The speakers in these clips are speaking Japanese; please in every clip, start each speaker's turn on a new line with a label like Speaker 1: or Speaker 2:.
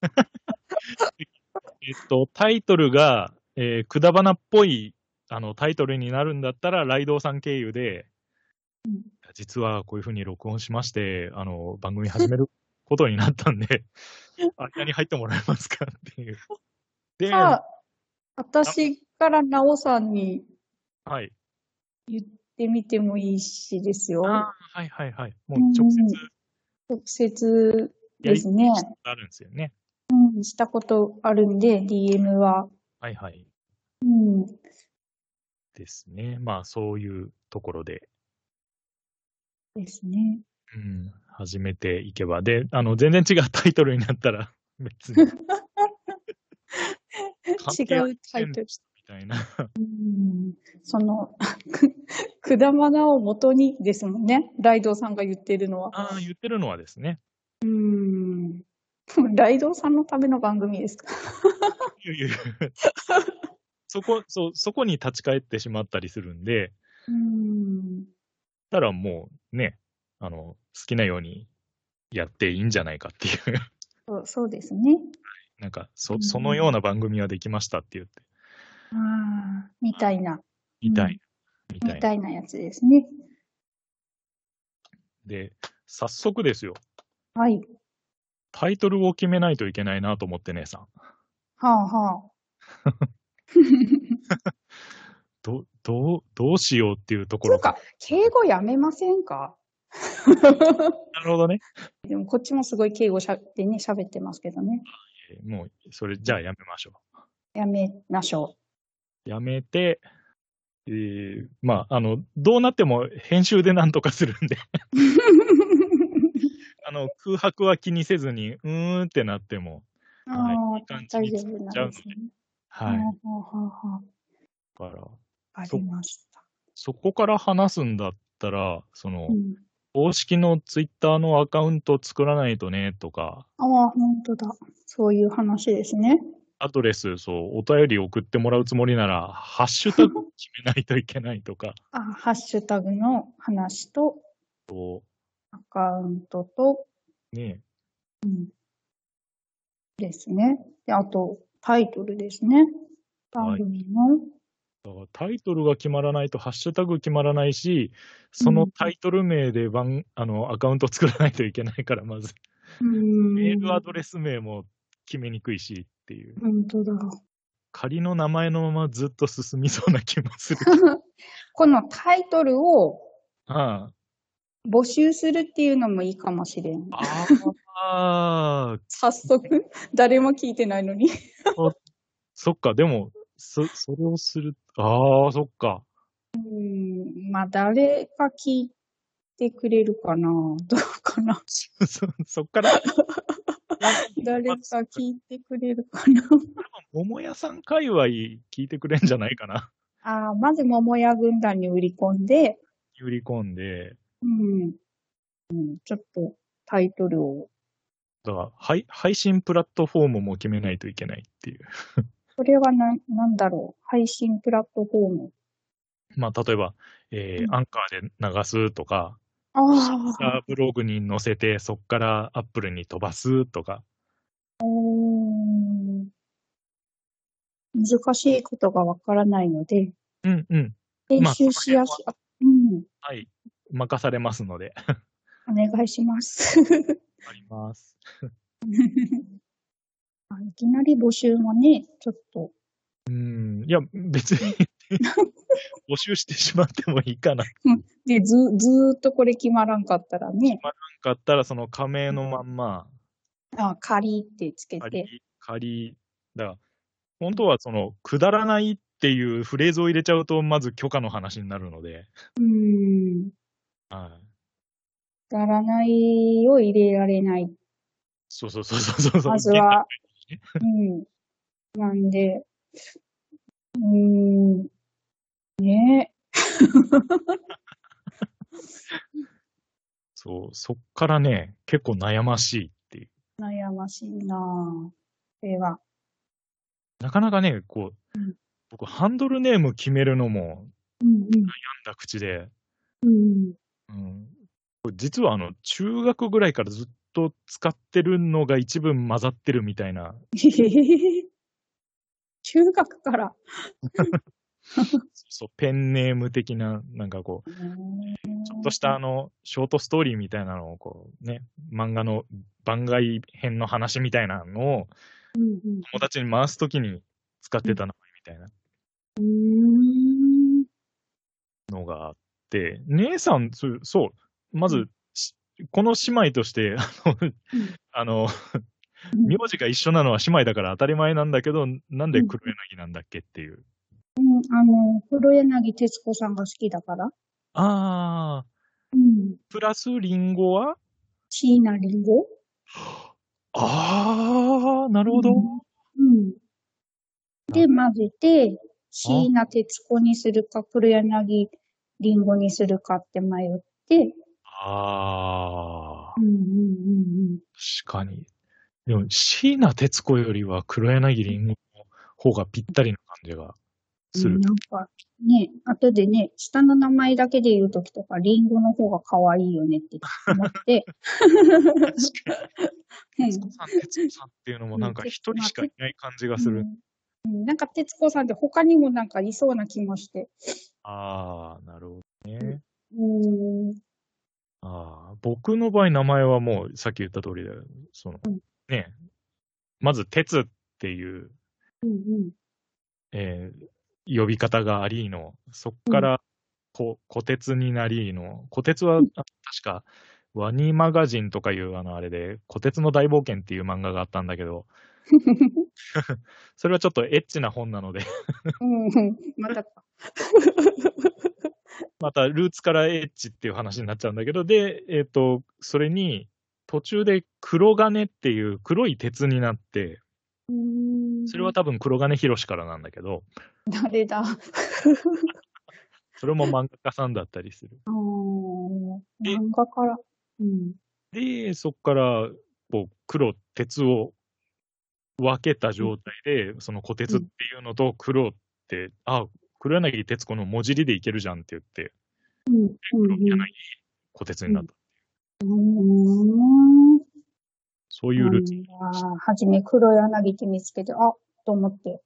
Speaker 1: と、タイトルが、えー、くだばなっぽい、あの、タイトルになるんだったら、ライドウさん経由で、実はこういうふうに録音しまして、あの、番組始めることになったんで、間に入ってもらえますかっていう。で、
Speaker 2: じゃあ、私からなおさんに
Speaker 1: はい。
Speaker 2: 言ってみてもいいしですよ。
Speaker 1: あーはいはいはい。もう直接
Speaker 2: 直接ですね。
Speaker 1: あるんですよね。
Speaker 2: うん、したことあるんで、DM は。
Speaker 1: はいはい。
Speaker 2: うん。
Speaker 1: ですね。まあ、そういうところで、
Speaker 2: ですね。
Speaker 1: うん、始めていけば。で、あの、全然違うタイトルになったら、 別に。
Speaker 2: 違うタイトル。
Speaker 1: みたいな。
Speaker 2: うん、その、 く、くだまなを元にですもんね。ライドウさんが言ってるのは。
Speaker 1: ああ、言ってるのはですね。
Speaker 2: うん。ライドウさんのための番組ですか。
Speaker 1: いやいやいやそこ、そう、そこに立ち返ってしまったりするんで、
Speaker 2: うん。
Speaker 1: たらもうね、あの、好きなようにやっていいんじゃないかっていう。
Speaker 2: そうそうですね。
Speaker 1: なんか、
Speaker 2: う
Speaker 1: そ、
Speaker 2: ん
Speaker 1: そのような番組はできましたって言って、
Speaker 2: ああ、みたいな、
Speaker 1: みたい、みた
Speaker 2: み
Speaker 1: いな。
Speaker 2: たいなやつですね。
Speaker 1: で、早速ですよ。
Speaker 2: はい。
Speaker 1: タイトルを決めないといけないなと思って、姉さん。
Speaker 2: はあはあ。
Speaker 1: ど、どう、どうしようっていうとこ
Speaker 2: そう
Speaker 1: ろ
Speaker 2: か、敬語やめませんか
Speaker 1: なるほどね。
Speaker 2: でもこっちもすごい敬語しゃってね、喋ってますけどね。
Speaker 1: えーもう、それじゃあやめましょ
Speaker 2: やめましょ
Speaker 1: う。やめて、えー、まあ、あの、どうなっても編集でなんとかするんで、
Speaker 2: う。
Speaker 1: あの、空白は気にせずに、うーんってなっても、はい
Speaker 2: あ
Speaker 1: いい感
Speaker 2: あ、
Speaker 1: じ
Speaker 2: 大
Speaker 1: に
Speaker 2: 丈
Speaker 1: 作
Speaker 2: 夫
Speaker 1: っちゃ
Speaker 2: な
Speaker 1: うんん
Speaker 2: で
Speaker 1: です
Speaker 2: ね。
Speaker 1: はい。
Speaker 2: は
Speaker 1: だ
Speaker 2: あはあはあは
Speaker 1: から、
Speaker 2: あ。わかりました。
Speaker 1: そこから話すんだったら、そ
Speaker 2: う、
Speaker 1: の
Speaker 2: ん、
Speaker 1: 公式のツイッターのアカウント作らないとね、とか、
Speaker 2: ああ、本当だ。そういう話ですね。
Speaker 1: アドレス、そう、お便り送ってもらうつもりなら、ハッシュタグ決めないといけないとか、
Speaker 2: あハッシュタグの話と、アカウントと
Speaker 1: ね、
Speaker 2: ですね。で、あと、タイトルですね。番組の。
Speaker 1: だからタイトルが決まらないと、ハッシュタグ決まらないし、そのタイトル名で番、あのアカウント作らないといけないから、まず、
Speaker 2: うーん。
Speaker 1: メールアドレス名も決めにくいしっていう、
Speaker 2: 本当だ。
Speaker 1: 仮の名前のままずっと進みそうな気も する。
Speaker 2: このタイトルを
Speaker 1: あ
Speaker 2: 募集するっていうのもいいかもしれん。
Speaker 1: ああー、
Speaker 2: 早速、 誰も聞いてないのに。
Speaker 1: そっか、でも、そそれをする、ああ、そっか。
Speaker 2: うん、まあ、誰が聞いてくれるかなどうかな
Speaker 1: そそっから。
Speaker 2: 誰が聞いてくれるかな
Speaker 1: 桃屋さん界隈聞いてくれんじゃないかな。
Speaker 2: ああ、まず桃屋軍団に売り込んで、
Speaker 1: 売り込んで、
Speaker 2: うん、うん、ちょっとタイトルを。
Speaker 1: だから配配信プラットフォームも決めないといけないっていう。
Speaker 2: それはな、なんだろう。配信プラットフォーム。
Speaker 1: まあ、例えば、えー
Speaker 2: うん
Speaker 1: アンカーで流すとか、
Speaker 2: ああ、
Speaker 1: ブログに載せて、そっからアップルに飛ばすとか、
Speaker 2: うーん難しいことがわからないので、
Speaker 1: うんうん、
Speaker 2: 練
Speaker 1: まあ
Speaker 2: 習しやすい、あうん、
Speaker 1: はい、任されますので、
Speaker 2: お願いします。
Speaker 1: あります。
Speaker 2: あいきなり募集もね、ちょっと、
Speaker 1: うん、いや、別 に募集してしまってもいいかな。
Speaker 2: で、ず、ずーっとこれ決まらんかったらね、
Speaker 1: なかったら、その加盟のまんま、
Speaker 2: あ、仮ってつけ
Speaker 1: 仮
Speaker 2: て、、
Speaker 1: 仮、だから、本当はその、くだらないっていうフレーズを入れちゃうと、まず許可の話になるので、
Speaker 2: うーん、
Speaker 1: はい。
Speaker 2: くだらないを入れられない。
Speaker 1: そうそうそうそうそう。
Speaker 2: まずは、うん、なんで、うーん、ね
Speaker 1: そう、そっからね、結構悩ましいっていう。
Speaker 2: 悩ましいなぁ。では、
Speaker 1: なかなかね、こう、僕、ハンドルネーム決めるのも、
Speaker 2: うんうん、
Speaker 1: なんだ口で、
Speaker 2: うん。
Speaker 1: うん、これ実はあの、中学ぐらいからずっと使ってるのが一部混ざってるみたいな、
Speaker 2: へへへへ中学から。
Speaker 1: そう、ペンネーム的な、なんかこう、ちょっとしたあの、ショートストーリーみたいなのをこうね、漫画の番外編の話みたいなのを、友達に回すときに使ってた名前みたいなのがあって、姉さん、そう、そうまず、この姉妹として、あの、名字が一緒なのは姉妹だから当たり前なんだけど、なんで黒柳なんだっけっていう。
Speaker 2: うん、あの、黒柳徹子さんが好きだから。
Speaker 1: ああ。
Speaker 2: うん。
Speaker 1: プラスリンゴは
Speaker 2: 椎名林檎
Speaker 1: ああ、なるほど、うん。
Speaker 2: うん。で、混ぜて、椎名徹子にするか、黒柳林檎にするかって迷って。
Speaker 1: あ
Speaker 2: あ。うんうんうんうん。
Speaker 1: 確かに。でも、椎名徹子よりは黒柳林檎の方がぴったりな感じが。する、うん。
Speaker 2: なんかね、後でね、下の名前だけで言うときとか、リンゴの方が可愛いよねって思って。
Speaker 1: 徹子さん、徹子さんっていうのもなんか一人しかいない感じがする。
Speaker 2: うん、うん、なんか徹子さんって他にもなんかいそうな気もして。
Speaker 1: ああ、なるほどね。
Speaker 2: うん。
Speaker 1: ああ、僕の場合名前はもうさっき言った通りだよ。その、うん、ね、まず鉄っていう、
Speaker 2: うんうん、
Speaker 1: えー、呼び方がありの、そこからこ、こ、うん、鉄になりの、こ鉄は、確か、ワニマガジンとかいう、あの、あれで、こ鉄の大冒険っていう漫画があったんだけ ど、それはちょっとエッチな本なので
Speaker 2: うん、また。
Speaker 1: また、ルーツからエッチっていう話になっちゃうんだけど、で、えっ、ー、と、それに、途中で黒金っていう黒い鉄になって、それは多分黒金博からなんだけど。
Speaker 2: 誰だ
Speaker 1: それも漫画家さんだったりする。
Speaker 2: 漫画から。うん、
Speaker 1: で、そこから、こう、黒、鉄を分けた状態で、うん、その小鉄っていうのと黒って、うん、あ、黒柳徹子の文字りでいけるじゃんって言って、
Speaker 2: うん、黒
Speaker 1: 柳小鉄になった。
Speaker 2: うん
Speaker 1: そういうルーツ。
Speaker 2: はじめ黒柳って見つけて、あ、と思って。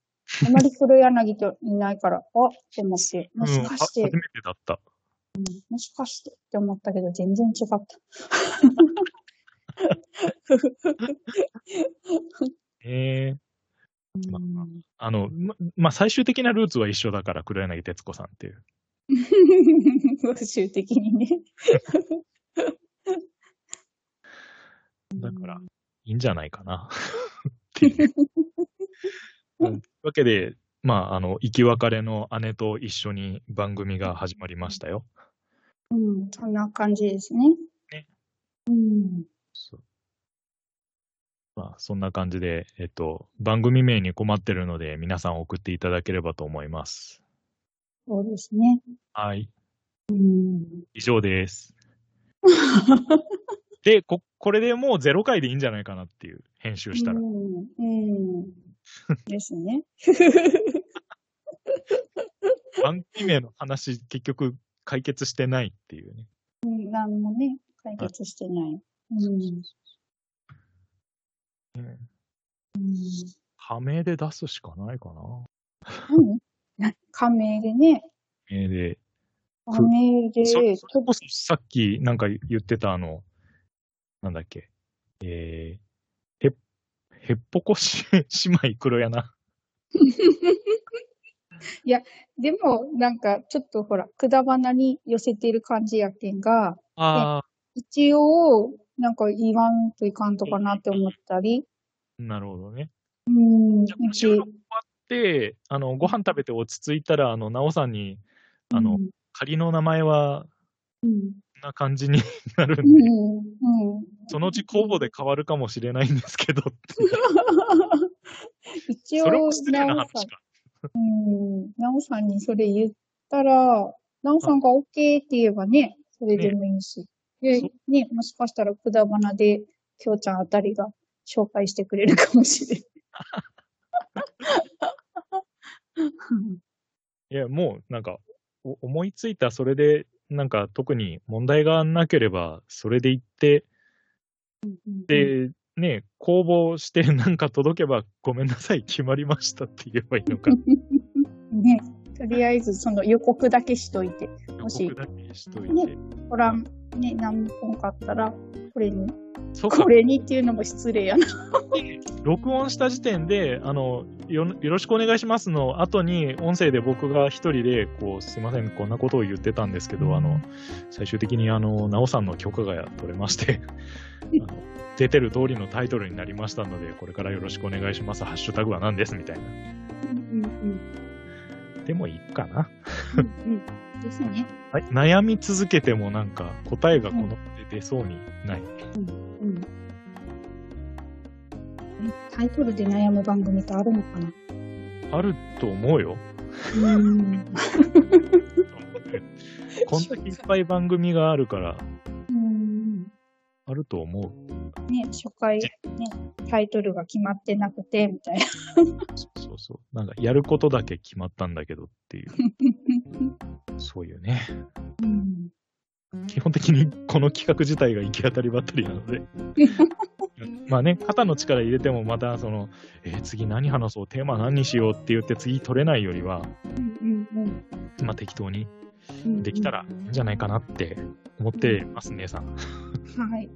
Speaker 2: あまり黒柳といないから、あ、と思って。もしかして。うん、初
Speaker 1: めてだった、
Speaker 2: うん。もしかしてって思ったけど、全然違った。
Speaker 1: ええー、ま。 あの、ま、まあ、最終的なルーツは一緒だから、黒柳徹子さんっていう。
Speaker 2: 最終的にね。
Speaker 1: だから、いいんじゃないかなって いう。というわけで、まあ、あの、生き別れの姉と一緒に番組が始まりましたよ。
Speaker 2: うん、そんな感じですね。
Speaker 1: ね。
Speaker 2: うん。
Speaker 1: そうまあ、そんな感じで、えっと、番組名に困ってるので、皆さん送っていただければと思います。
Speaker 2: そうですね。
Speaker 1: はい。
Speaker 2: うん。、
Speaker 1: 以上です。 で、こ、これでもう0回でいいんじゃないかなっていう、編集したら。うん
Speaker 2: うん。ですね。
Speaker 1: 番組名の話、結局解決してないっていうね。
Speaker 2: うん、なんもね、解決してない。うん。
Speaker 1: うん。仮名で出すしかないかな。
Speaker 2: うん、仮名でね。
Speaker 1: 仮名で。
Speaker 2: 仮名で。
Speaker 1: それこそさっきなんか言ってたあの、なんだっけ、えー、へ、へっぽこし、姉妹黒やな。
Speaker 2: いや、でも、なんか、ちょっとほら、くだばなに寄せてる感じやけんが、
Speaker 1: あ
Speaker 2: 一応、なんか言わんといかんとかなって思ったり。
Speaker 1: なるほどね。
Speaker 2: うん。
Speaker 1: じゃあ、収録終わって、あの、ご飯食べて落ち着いたら、あの、なおさんに、あの、うん、仮の名前は、
Speaker 2: うん
Speaker 1: な感じになるんで、
Speaker 2: うんうん、
Speaker 1: そのうち公募で変わるかもしれないんですけど
Speaker 2: 一応、
Speaker 1: それも失礼な話か。
Speaker 2: うん、なおさんにそれ言ったら、なおさんが OK って言えばね、それでもいいし。ね、で、ね、もしかしたらくだばなで、きょうちゃんあたりが紹介してくれるかもしれない。
Speaker 1: いや、もうなんか、思いついたそれでなんか特に問題がなければ、それで行って、で、ね、公募してなんか届けばごめんなさい、決まりましたって言えばいいのか。
Speaker 2: ね。とりあえず、その予告だけしといて、もし
Speaker 1: 予告だけしといて。
Speaker 2: ご覧、ね、何本かあったら、これに、
Speaker 1: そうか
Speaker 2: こ、れにっていうのも失礼やな。
Speaker 1: 録音した時点で、あの、よよろしくお願いしますの後に、音声で僕が一人で、こう、すいません、こんなことを言ってたんですけど、あの、最終的に、あの、なおさんの許可が取れまして、 あの出てる通りのタイトルになりましたので、これからよろしくお願いします、ハッシュタグは何ですみたいな。
Speaker 2: うん
Speaker 1: でもいいかな。
Speaker 2: うんうんうん。 ですね。
Speaker 1: はい、悩み続けてもなんか答えがこの出そうにない。
Speaker 2: うん。タイトルで悩む番組ってあるのかな
Speaker 1: あると思うよ。
Speaker 2: うん。
Speaker 1: こんだけいっぱい番組があるから、
Speaker 2: うん。
Speaker 1: あると思う。
Speaker 2: ね、初回、ね、タイトルが決まってなくて、みたいな。
Speaker 1: そうそうそう。なんかやることだけ決まったんだけどっていう、そういうね。
Speaker 2: うん。
Speaker 1: 基本的にこの企画自体が行き当たりばったりなので。まあね、肩の力入れてもまたその、えー次何話そう、テーマ何にしようって言って次取れないよりは、
Speaker 2: うんうん
Speaker 1: まあ適当に
Speaker 2: うん。
Speaker 1: できたらいいんじゃないかなって思ってますね、さん。
Speaker 2: はい。